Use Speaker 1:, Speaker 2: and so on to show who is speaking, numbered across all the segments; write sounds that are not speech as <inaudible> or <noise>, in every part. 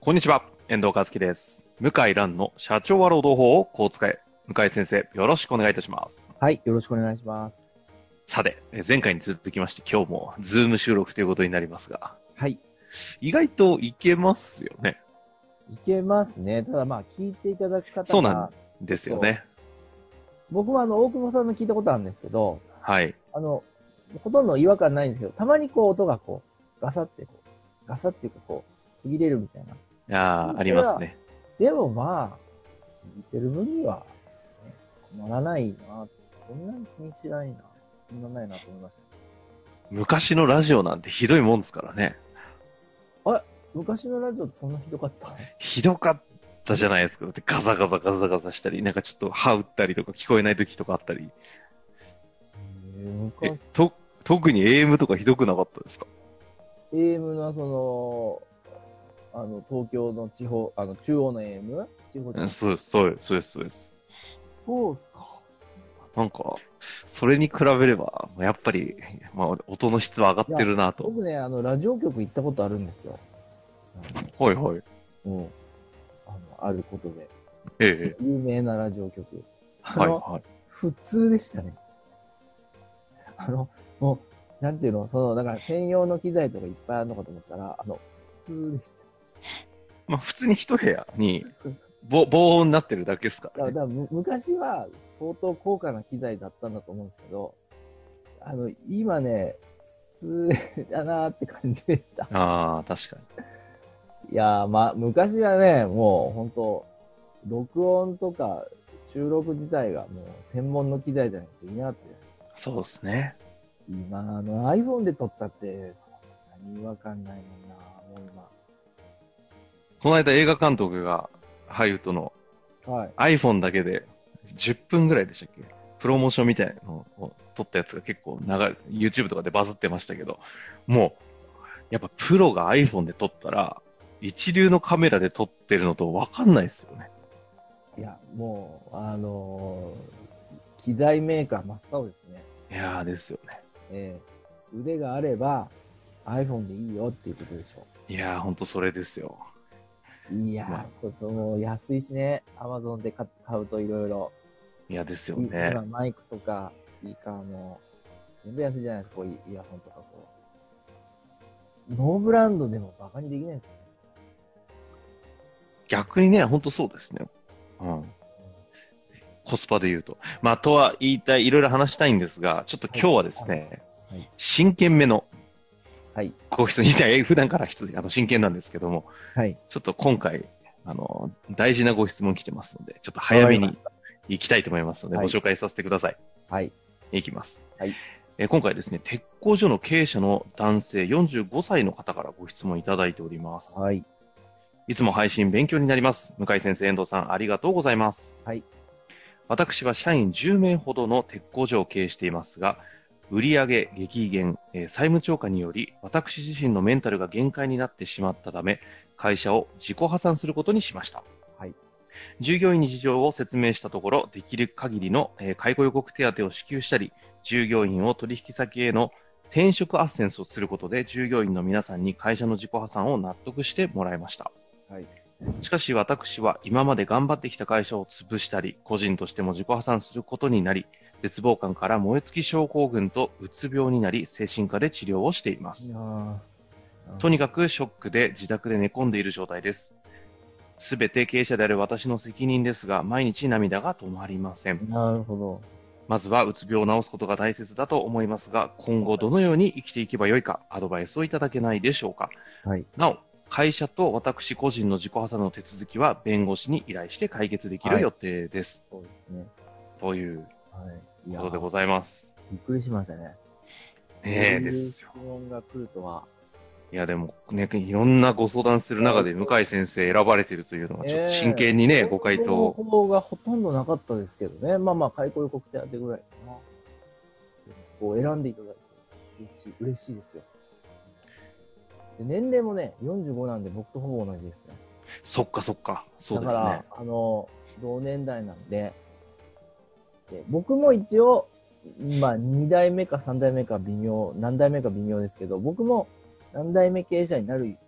Speaker 1: こんにちは、遠藤和樹です。向井蘭の社長は労働法をこう使え。向井先生、よろしくお願いいたします。
Speaker 2: はい、よろしくお願いします。
Speaker 1: さて、え前回に続きまして今日もズーム収録ということになりますが、
Speaker 2: はい、
Speaker 1: 意外といけますよね。
Speaker 2: いけますね。ただまあ、聞いていただく方が、
Speaker 1: そうなんですよね。
Speaker 2: 僕はあの、大久保さんの聞いたことあるんですけど、
Speaker 1: はい。
Speaker 2: あの、ほとんど違和感ないんですけど、たまにこう音がこう、ガサってこう、ガサっていうかこう、途切れるみたいな。
Speaker 1: ああ、ありますね。
Speaker 2: でもまあ、聞いてる分には、ね、困らないな。そんなに気にしないな。困らないなと思いました。
Speaker 1: 昔のラジオなんてひどいもんですからね。
Speaker 2: 昔のラジオってそんなひどかった
Speaker 1: ひどかったじゃないですか。だってガサガサガサガサしたり、なんかちょっと歯打ったりとか聞こえない時とかあったり。え
Speaker 2: 昔、、
Speaker 1: と、特に AM とかひどくなかったですか
Speaker 2: AM のその、あの、東京の地方、あの、中央の AM? 地方
Speaker 1: うんそうです、そうです、そうです、そうです。
Speaker 2: そうっすか。
Speaker 1: なんか、それに比べれば、まあやっぱり、まあ、音の質は上がってるなと。
Speaker 2: 僕ね、あの、ラジオ局行ったことあるんですよ。
Speaker 1: はいはい。
Speaker 2: うん。あの、あることで。
Speaker 1: ええ
Speaker 2: 有名なラジオ局。
Speaker 1: はいはい。
Speaker 2: 普通でしたね。あの、もう、なんていうの、その、だから専用の機材とかいっぱいあるのかと思ったら、あの、普通でし
Speaker 1: まあ、普通に一部屋に、ぼ防音になってるだけですか
Speaker 2: た。だか
Speaker 1: ら
Speaker 2: らだ
Speaker 1: ね。
Speaker 2: からむ昔は相当高価な機材だったんだと思うんですけど、あの、今ね、普通だなーって感じでした。
Speaker 1: ああ、確かに。
Speaker 2: いやー、まあ、昔はね、もう本当録音とか収録自体がもう専門の機材じゃないといけなかったじゃない
Speaker 1: そうですね。
Speaker 2: 今、あの iPhone で撮ったって、そんなにわかんないもんな、もう
Speaker 1: この間映画監督が、ハリウッドの
Speaker 2: 今。はい。
Speaker 1: iPhone だけで、10分ぐらいでしたっけプロモーションみたいなのを撮ったやつが結構流れ、YouTube とかでバズってましたけど、もう、やっぱプロが iPhone で撮ったら、一流のカメラで撮ってるのと分かんないですよね。
Speaker 2: いや、もう、あのー機材メーカー真っ青ですね。
Speaker 1: いやーですよね。
Speaker 2: えー腕があれば iPhone でいいよっていうことでしょ
Speaker 1: いやーほんとそれですよ。
Speaker 2: う。いやー、
Speaker 1: まあ
Speaker 2: ちょっともう安いしね、Amazon で買買うといろいろ。
Speaker 1: いやですよね
Speaker 2: 今。マイクとかスピーカーも全部安いじゃないですか、こうイヤホンとかこう。ノーブランドでもバカにできないですよ
Speaker 1: 逆にね、ほんとそうですね。うん。コスパで言うと。まあ、とは言いたい、いろいろ話したいんですが、ちょっと今日はですね、
Speaker 2: はい
Speaker 1: 真剣めの、
Speaker 2: はい。
Speaker 1: ご質問、いや普段から質あの真剣なんですけども、
Speaker 2: はい。
Speaker 1: ちょっと今回、あの、大事なご質問来てますので、ちょっと早め
Speaker 2: わかりま
Speaker 1: に
Speaker 2: し
Speaker 1: 行きたいと思いますので、
Speaker 2: はい
Speaker 1: ご紹介させてください。
Speaker 2: はい。
Speaker 1: いきます。
Speaker 2: はい
Speaker 1: えー今回ですね、鉄工所の経営者の男性45歳の方からご質問いただいております。
Speaker 2: はい。
Speaker 1: いつも配信勉強になります。向井先生、遠藤さん、ありがとうございます。
Speaker 2: はい。
Speaker 1: 私は社員10名ほどの鉄工所を経営していますが、売上激減、えー債務超過により、私自身のメンタルが限界になってしまったため、会社を自己破産することにしました。
Speaker 2: はい。
Speaker 1: 従業員に事情を説明したところ、できる限りの、えー解雇予告手当を支給したり、従業員を取引先への転職斡旋をすることで、従業員の皆さんに会社の自己破産を納得してもらいました。
Speaker 2: はい。
Speaker 1: しかし私は今まで頑張ってきた会社を潰したり、個人としても自己破産することになり、絶望感から燃え尽き症候群とうつ病になり、精神科で治療をしています。とにかくショックで自宅で寝込んでいる状態です。すべて経営者である私の責任ですが、毎日涙が止まりません。
Speaker 2: なるほど。
Speaker 1: まずはうつ病を治すことが大切だと思いますが、今後どのように生きていけばよいか、アドバイスをいただけないでしょうか。
Speaker 2: はい。
Speaker 1: なお、会社と私個人の自己破産の手続きは弁護士に依頼して解決できる
Speaker 2: はい
Speaker 1: 予定です。
Speaker 2: そうですね。
Speaker 1: という
Speaker 2: はい。い
Speaker 1: ことで
Speaker 2: ー
Speaker 1: ございます。
Speaker 2: びっくりしましたね。
Speaker 1: ねえ、
Speaker 2: そう
Speaker 1: で
Speaker 2: いう
Speaker 1: す
Speaker 2: 質
Speaker 1: よ。
Speaker 2: 問が来るとは。
Speaker 1: いや、でもね、いろんなご相談する中で向井先生選ばれてるというのは、ちょっと真剣にね、ご回答を
Speaker 2: 情報がほとんどなかったですけどね。まあまあ、開口予告手当てぐらいかな。こう選んでいただいて、嬉しい、嬉しいですよ。で年齢もね、45なんで僕とほぼ同じですね。
Speaker 1: そっかそっか、そうで
Speaker 2: だ
Speaker 1: す
Speaker 2: か
Speaker 1: ね
Speaker 2: ら。、あの、同年代なんで、で僕も一応、まあ、2代目か3代目か微妙、何代目か微妙ですけど、僕も何代目経営者になる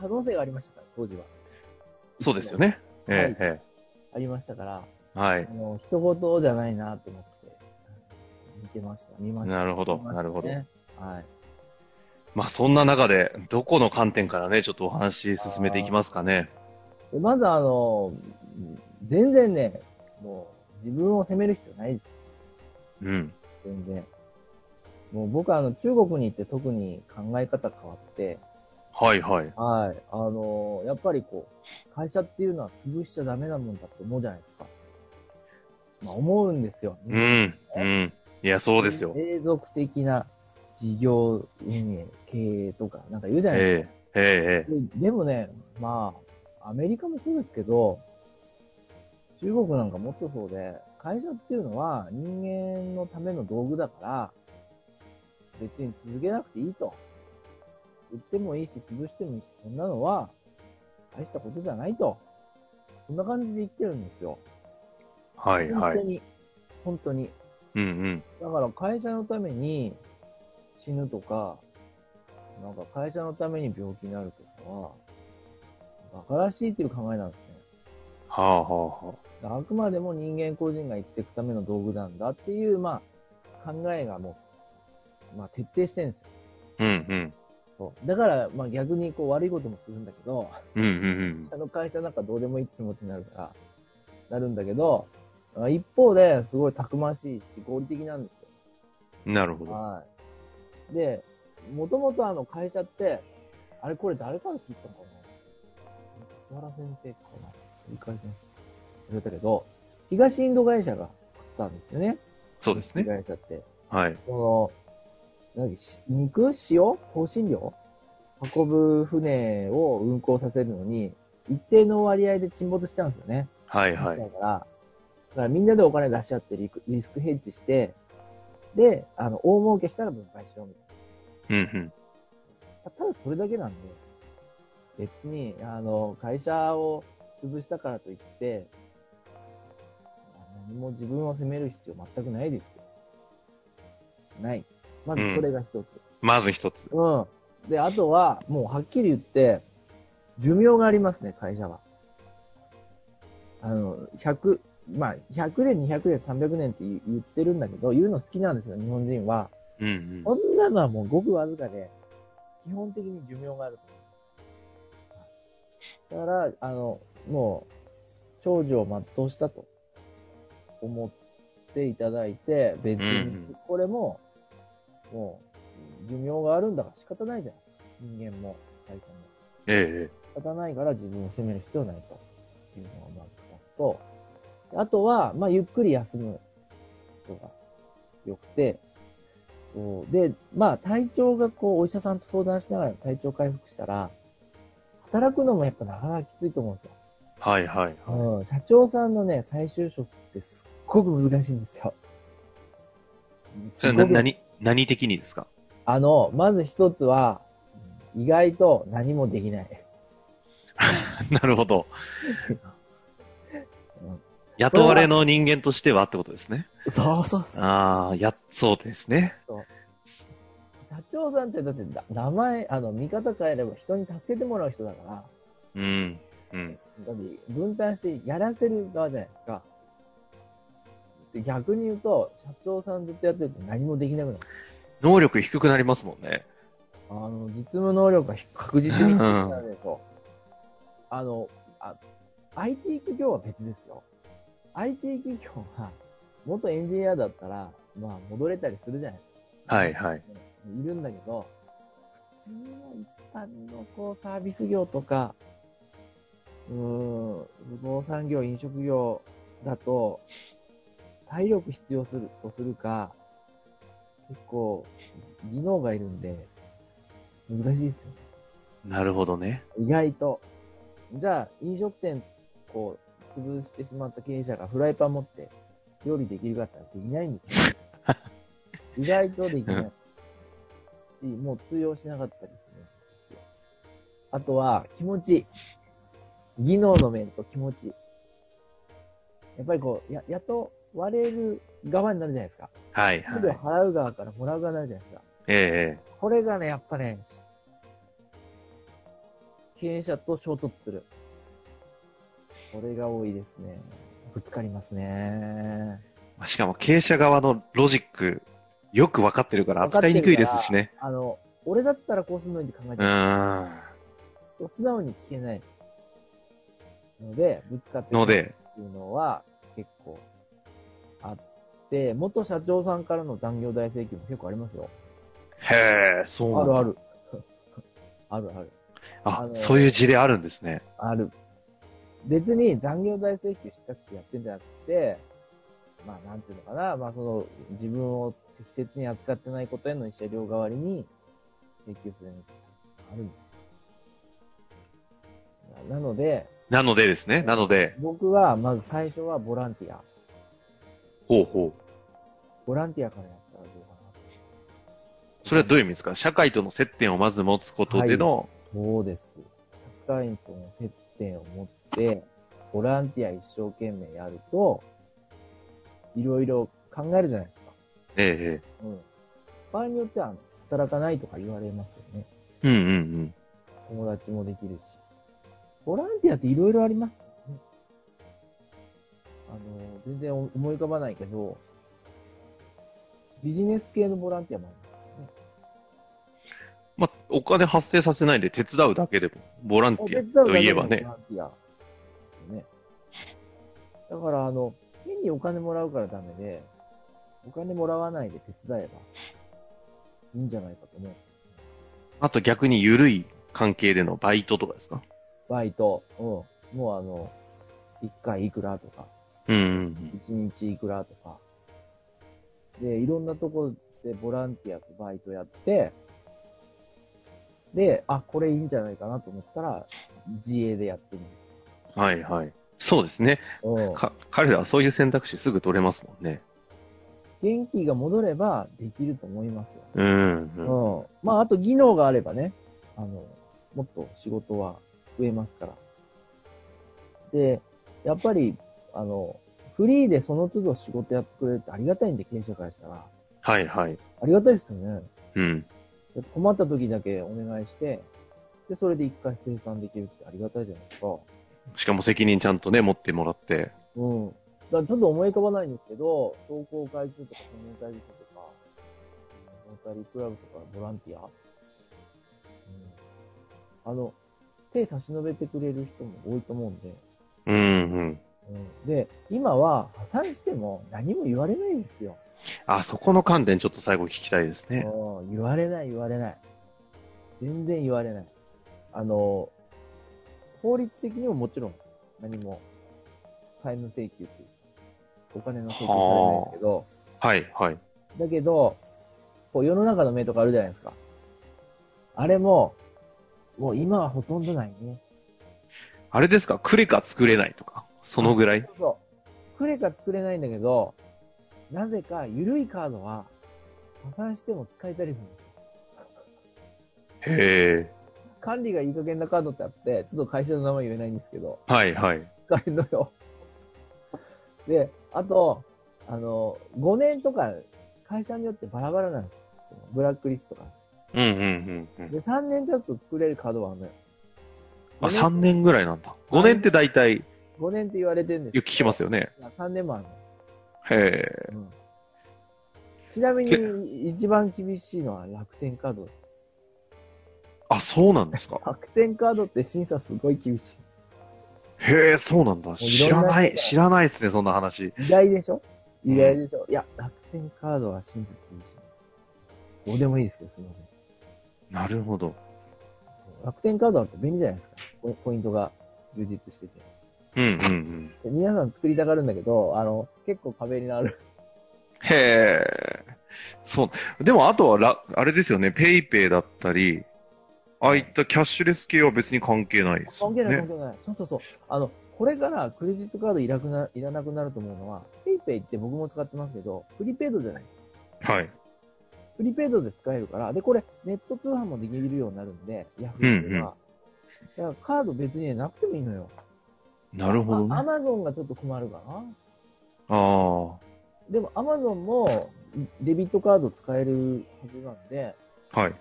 Speaker 2: 可能性がありましたから、当時は。
Speaker 1: そうですよね。ええ、え
Speaker 2: ありましたから、
Speaker 1: えはい
Speaker 2: あ。の、一言じゃないなと思って、見てました、見ました。
Speaker 1: なるほど
Speaker 2: 見ました
Speaker 1: なるほど
Speaker 2: ねはい。
Speaker 1: まあ、そんな中で、どこの観点からね、ちょっとお話進めていきますかね。
Speaker 2: でまずあの、全然ね、もう、自分を責める必要ないです。
Speaker 1: うん。
Speaker 2: 全然。もう僕はあの、中国に行って特に考え方変わって、
Speaker 1: はいはい。
Speaker 2: はい。あの、やっぱりこう、会社っていうのは潰しちゃダメなもんだと思うじゃないですか。まあ思うんですよ。
Speaker 1: うん、うん。いや、そうですよ。
Speaker 2: 永続的な事業運営、経営とか、なんか言うじゃないですか。
Speaker 1: ええ、ええ、ええ。
Speaker 2: ででもね、まあ、アメリカもそうですけど、中国なんかもっとそうで、会社っていうのは人間のための道具だから、別に続けなくていいと。売ってもいいし、潰してもいいし、そんなのは、大したことじゃないと。そんな感じで生きてるんですよ。
Speaker 1: はいは
Speaker 2: 本当
Speaker 1: い。
Speaker 2: に。本当に。
Speaker 1: うんうん。
Speaker 2: だから会社のために死ぬとか、なんか会社のために病気になるとかは、馬鹿らしいっていう考えなんですね。
Speaker 1: はあはあは
Speaker 2: だからあくまでも人間個人が生きていくための道具なんだっていう、まあ、考えがもう、まあ、徹底してるんですよ。
Speaker 1: あ。うんうん。
Speaker 2: そうだから、まあ逆にこう悪いこともするんだけど、
Speaker 1: うんうん
Speaker 2: あの会社なんかどうでもいいって気持ちになるから、なるんだけど、あ一方で、すごいたくましいし、合理的なんですよ。
Speaker 1: うん。なるほど。
Speaker 2: はい。で、もともとあの会社って、あれこれ誰から聞いたのかな藤原先生かな藤原先生。忘れたけど、東インド会社が作ったんですよね。
Speaker 1: そうですね。
Speaker 2: 東インド会社って。
Speaker 1: はい。
Speaker 2: その、何し肉塩香辛料運ぶ船を運航させるのに、一定の割合で沈没しちゃうんですよね。
Speaker 1: はいはい
Speaker 2: だ。から、だからみんなでお金出し合ってリクリスクヘッジして、で、あの、大儲けしたら分配しようみた
Speaker 1: う
Speaker 2: い
Speaker 1: んうん。
Speaker 2: な。ただそれだけなんで、別に、あの、会社を潰したからといって、何も自分を責める必要全くないですよ。ない。まずそれが一つ。
Speaker 1: まず一つ。
Speaker 2: うん。で、あとは、もうはっきり言って、寿命がありますね、会社は。あの、100、まあ、100年、200年、300年って言言ってるんだけど、言うの好きなんですよ、日本人は。
Speaker 1: うんう
Speaker 2: こんなのはもうごくわずかで、基本的に寿命があると思う。だから、あの、もう、長寿を全うしたと思っていただいて、別
Speaker 1: うんう
Speaker 2: に
Speaker 1: ん、
Speaker 2: これも、もう、寿命があるんだから仕方ないじゃん。人間も、会社も。
Speaker 1: ん。ええ。
Speaker 2: 仕方ないから自分を責める必要ないというのがまず一つと、であとは、まあ、ゆっくり休むことが良くて、そうで、まあ、体調がこう、お医者さんと相談しながら体調回復したら、働くのもやっぱなかなかきついと思うんですよ。
Speaker 1: はいはいは
Speaker 2: うん、社長さんのね、再就職ってすっごく難しいんですよ。
Speaker 1: い。それ
Speaker 2: す
Speaker 1: は
Speaker 2: ごく
Speaker 1: 何、何的にですか <laughs>
Speaker 2: あの、まず一つは、意外と何もできない。
Speaker 1: なるほ <laughs> ど
Speaker 2: うん。
Speaker 1: 雇われの人間としてはってことですね。
Speaker 2: そうそうそう。
Speaker 1: ああ、や、そうですね。
Speaker 2: 社長さんってだってだ名前、あの、見方変えれば人に助けてもらう人だから、
Speaker 1: うん。うん。
Speaker 2: だって分担してやらせる側じゃないですか。で逆に言うと、社長さんずっとやってると何もできなくなる。
Speaker 1: 能力低くなりますもんね。
Speaker 2: あの、実務能力が確実に低くなるでしょ。あの、あ、IT 企業は別ですよ。IT 企業は、元エンジニアだったら、まあ、戻れたりするじゃない
Speaker 1: はいはい。
Speaker 2: いるんだけど、普通の一般のこうサービス業とか、うーん、不動産業、飲食業だと、体力必要するとするか、結構、技能がいるんで、難しいですよね。
Speaker 1: なるほどね。
Speaker 2: 意外と。じゃあ、飲食店、こう、潰してしまった経営者がフライパン持って料理できるかって言ったらできないんです
Speaker 1: <laughs>
Speaker 2: よ。意外とできない。しもう通用しなかったりするんですよ。あとは、気持ち。技能の面と気持ち。やっぱりこう、や、雇われる側になるじゃないですか。
Speaker 1: はいは
Speaker 2: 給料
Speaker 1: い。
Speaker 2: 払う側からもらう側になるじゃないですか。
Speaker 1: ええ
Speaker 2: これがね、やっぱね、経営者と衝突する。これが多いですね。ぶつかりますね。
Speaker 1: まあしかも経営者側のロジック、よくわかってるから
Speaker 2: 分かっ
Speaker 1: 扱
Speaker 2: てる
Speaker 1: い
Speaker 2: から
Speaker 1: にくいですしね。
Speaker 2: あの、俺だったらこうするのにって考え
Speaker 1: う
Speaker 2: て
Speaker 1: ー
Speaker 2: る、
Speaker 1: ん。
Speaker 2: 素直に聞けない。ので、ぶつかって
Speaker 1: の
Speaker 2: る
Speaker 1: で、
Speaker 2: っていうのは結構あって、元社長さんからの残業代請求も結構ありますよ。
Speaker 1: へえ、そう
Speaker 2: あ
Speaker 1: なん
Speaker 2: る
Speaker 1: だ
Speaker 2: ある。 <laughs> あるある。あ
Speaker 1: あ
Speaker 2: の、
Speaker 1: そういう事例あるんですね。
Speaker 2: ある。別に残業代請求したくてやってんじゃなくて、まあなんていうのかな、まあその自分を適切に扱ってないことへの慰謝料代わりに請求するみたいなのがあるんですななので、
Speaker 1: なのでですね。なので、
Speaker 2: 僕はまず最初はボランティア。
Speaker 1: ほうほう。
Speaker 2: ボランティアからやったらどうかな
Speaker 1: それはどういう意味ですか社会との接点をまず持つことでの、
Speaker 2: そうです。社会との接点を持って、ボランティア一生懸命やると、いろいろ考えるじゃないですか。
Speaker 1: え
Speaker 2: うん。場合によっては、あの働かないとか言われますよね。
Speaker 1: えうんうん
Speaker 2: 友達もできるし。ボランティアっていろいろありますよね。あの、全然思い浮かばないけど、ビジネス系のボランティアもあります。
Speaker 1: うん。まあ、お金発生させないで手伝うだけでも、ボランティアといえばね
Speaker 2: ボ。ランティアですよね。だから、あの、変にお金もらうからダメで、お金もらわないで手伝えば、いいんじゃないかと思う。
Speaker 1: あと逆に緩い関係でのバイトとかですか
Speaker 2: バイト、うん。もうあの、一回いくらとか、
Speaker 1: うんうん
Speaker 2: 一日いくらとか。で、いろんなところでボランティアとバイトやって、で、あ、これいいんじゃないかなと思ったら、自営でやってみる。
Speaker 1: うん。はいはい。そうですね。
Speaker 2: うん。
Speaker 1: か、彼らはそういう選択肢すぐ取れますもんね。
Speaker 2: 元気が戻ればできると思いますよ。
Speaker 1: うん、うん。
Speaker 2: うん。まあ、あと技能があればね、あの、もっと仕事は増えますから。で、やっぱり、あの、フリーでその都度仕事やってくれるってありがたいんで、経営者からしたら。
Speaker 1: はいはい。
Speaker 2: ありがたいですよね。
Speaker 1: うん。
Speaker 2: だって困った時だけお願いして、で、それで一回生産できるってありがたいじゃないですか。
Speaker 1: しかも責任ちゃんとね、持ってもらって。
Speaker 2: うん。だからちょっと思い浮かばないんですけど、商工会中とかコミュニ会議所とか、うんロータリークラブとかボランティア、うん、あの、手差し伸べてくれる人も多いと思うんで、
Speaker 1: うんうん。
Speaker 2: うん、で、今は破産しても何も言われないんですよ。
Speaker 1: あ、そこの観点ちょっと最後聞きたいですね。
Speaker 2: うん言われない言われない。全然言われない。あの、法律的にももちろん何も債務請求っていうか、お金の請求されないですけど、
Speaker 1: はいはい。
Speaker 2: だけど、こう世の中の目とかあるじゃないですか。あれも、もう今はほとんどないね。
Speaker 1: あれですかクレカ作れないとか。そのぐらい
Speaker 2: そうそう。クレカ作れないんだけど、なぜか緩いカードは破産しても使えたりするんですよ。
Speaker 1: へえ。
Speaker 2: 管理がいい加減なカードってあって、ちょっと会社の名前言えないんですけど、
Speaker 1: はいはい。
Speaker 2: 使えるのよ。で、あと、あの、5年とか、会社によってバラバラなんですよ。ブラックリストが。
Speaker 1: うんうんうんうん。
Speaker 2: で、3年経つと作れるカードはあるのよ。
Speaker 1: あ、3年ぐらいなんだ。5年って大体、よ
Speaker 2: 5年って言われてるんです。
Speaker 1: く聞きますすよね。
Speaker 2: 3年もあるの。
Speaker 1: へえ。
Speaker 2: うんちなみ
Speaker 1: け
Speaker 2: に、一番厳しいのは楽天カード。
Speaker 1: あ、そうなんですか。
Speaker 2: 楽天カードって審査すごい厳し
Speaker 1: へえ、そうなんだ。
Speaker 2: ういろん
Speaker 1: 知らな
Speaker 2: な人
Speaker 1: い、
Speaker 2: が
Speaker 1: 知らないですね、そんな話。
Speaker 2: い。意外でしょ意外でしょ、いや、楽天カードは審査厳しい。どうでもいいですけど、すみません。
Speaker 1: なるほど。
Speaker 2: 楽天カードだって便利じゃないですか。ポポイントが充実してて。
Speaker 1: うんうんうん。
Speaker 2: で皆さん作りたがるんだけど、あの、結構壁になる。
Speaker 1: へえ。そう。でも、あとはら、あれですよね、ペイペイだったり、ああいったキャッシュレス系は別に関係ないですよ
Speaker 2: 関係ない、
Speaker 1: ね
Speaker 2: 関。係ない。そうそうそう。あの、これからクレジットカードいらくないらなくなると思うのは、ペイペイって僕も使ってますけど、プリペイドじゃないですか。
Speaker 1: はい。
Speaker 2: プリペイドで使えるから、で、これ、ネット通販もできるようになるんで、ヤフーっていうのは。だからカード別になくてもいいのよ。
Speaker 1: なるほどね。
Speaker 2: ア
Speaker 1: あ
Speaker 2: マゾンがちょっと困るかな。
Speaker 1: あー。
Speaker 2: でも、アマゾンもデビットカード使えるはずなんで、
Speaker 1: はい。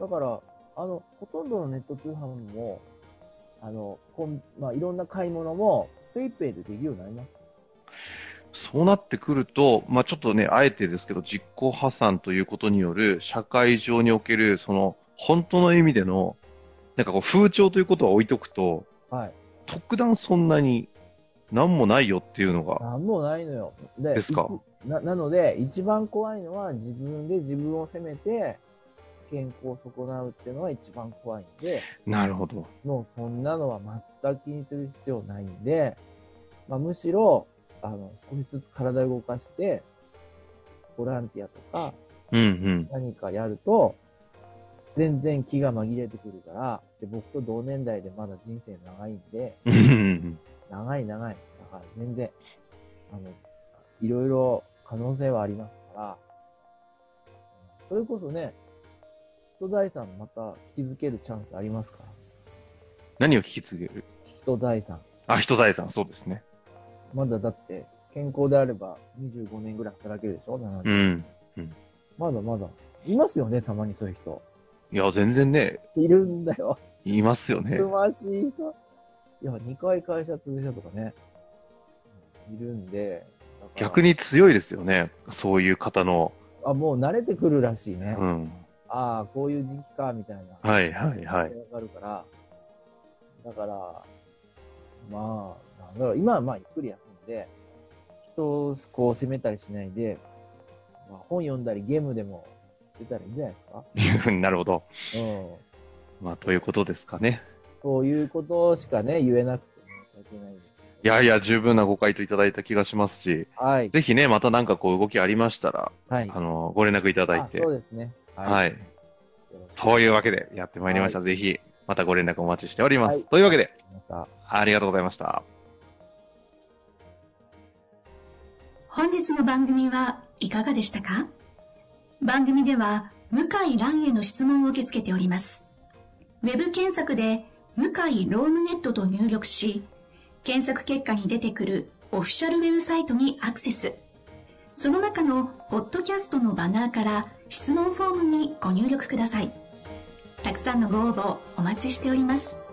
Speaker 2: だから、あの、ほとんどのネット通販も、あの、こんまあ、いろんな買い物も、ペイペイでできるようになります。
Speaker 1: そうなってくると、まあ、ちょっとね、あえてですけど、実行破産ということによる、社会上における、その、本当の意味での、なんかこう、風潮ということは置いとくと、
Speaker 2: はい。
Speaker 1: 特段そんなに、なんもないよっていうのが、
Speaker 2: なんもないのよ。で
Speaker 1: ですか
Speaker 2: いななので、一番怖いのは、自分で自分を責めて、健康を損なうっていうのが一番怖いんで、
Speaker 1: なるほど。
Speaker 2: もうそんなのは全く気にする必要ないんで、まあ、むしろ、あの、少しずつ体を動かして、ボランティアとか
Speaker 1: うんうん。
Speaker 2: 何かやると、全然気が紛れてくるから、で、僕と同年代でまだ人生長いんで、
Speaker 1: うんうん
Speaker 2: 長い長い。だから全然、あの、いろいろ可能性はありますから、それこそね、人財産また引き付けるチャンスありますから。
Speaker 1: 何を引き継げる
Speaker 2: 人財産。
Speaker 1: あ、人財産、そうですね。
Speaker 2: まだだって、健康であれば25年ぐらい働けるでしょ ?70、
Speaker 1: うん。
Speaker 2: まだまだ。いますよね、たまにそういう人。
Speaker 1: いや、全然ね、
Speaker 2: いるんだよ。
Speaker 1: いますよね
Speaker 2: つ。ましい人。いや、2回会社潰したとかね。いるんで。だから
Speaker 1: 逆。に強いですよね。そういう方の。
Speaker 2: あ、もう慣れてくるらしいね。
Speaker 1: うん。 <laughs>
Speaker 2: ああ、こういう時期か、みたいな。
Speaker 1: はいはいはい。
Speaker 2: わかるから。だから、まあ、なんだろう、今はまあ、ゆっくり休んで、人をこう責めたりしないで、まあ、本読んだりゲームでも出たらいいんじゃないで
Speaker 1: いうふうになるほど。
Speaker 2: すか。うん。
Speaker 1: まあ、ということですかね。
Speaker 2: そういうことしかね、言えなくて申し訳ないです。
Speaker 1: いやいや、十分なご回答いただいた気がしますし、
Speaker 2: はい。
Speaker 1: ぜひね、またなんかこう動きありましたら、
Speaker 2: はい。
Speaker 1: あの、ご連絡いただいて
Speaker 2: あそ。うですね。。
Speaker 1: はいい。というわけで、やってまいりました。
Speaker 2: はい
Speaker 1: ぜひ、またご連絡お待ちしております。
Speaker 2: はい
Speaker 1: というわけで、
Speaker 2: きました。
Speaker 1: ありがとうございました。
Speaker 3: 本日の番組はいかがでしたか番組では向井蘭への質問を受け付けております。ウェブ検索で向井ロームネットと入力し、検索結果に出てくるオフィシャルウェブサイトにアクセス。その中のポッドキャストのバナーから質問フォームにご入力ください。たくさんのご応募お待ちしております。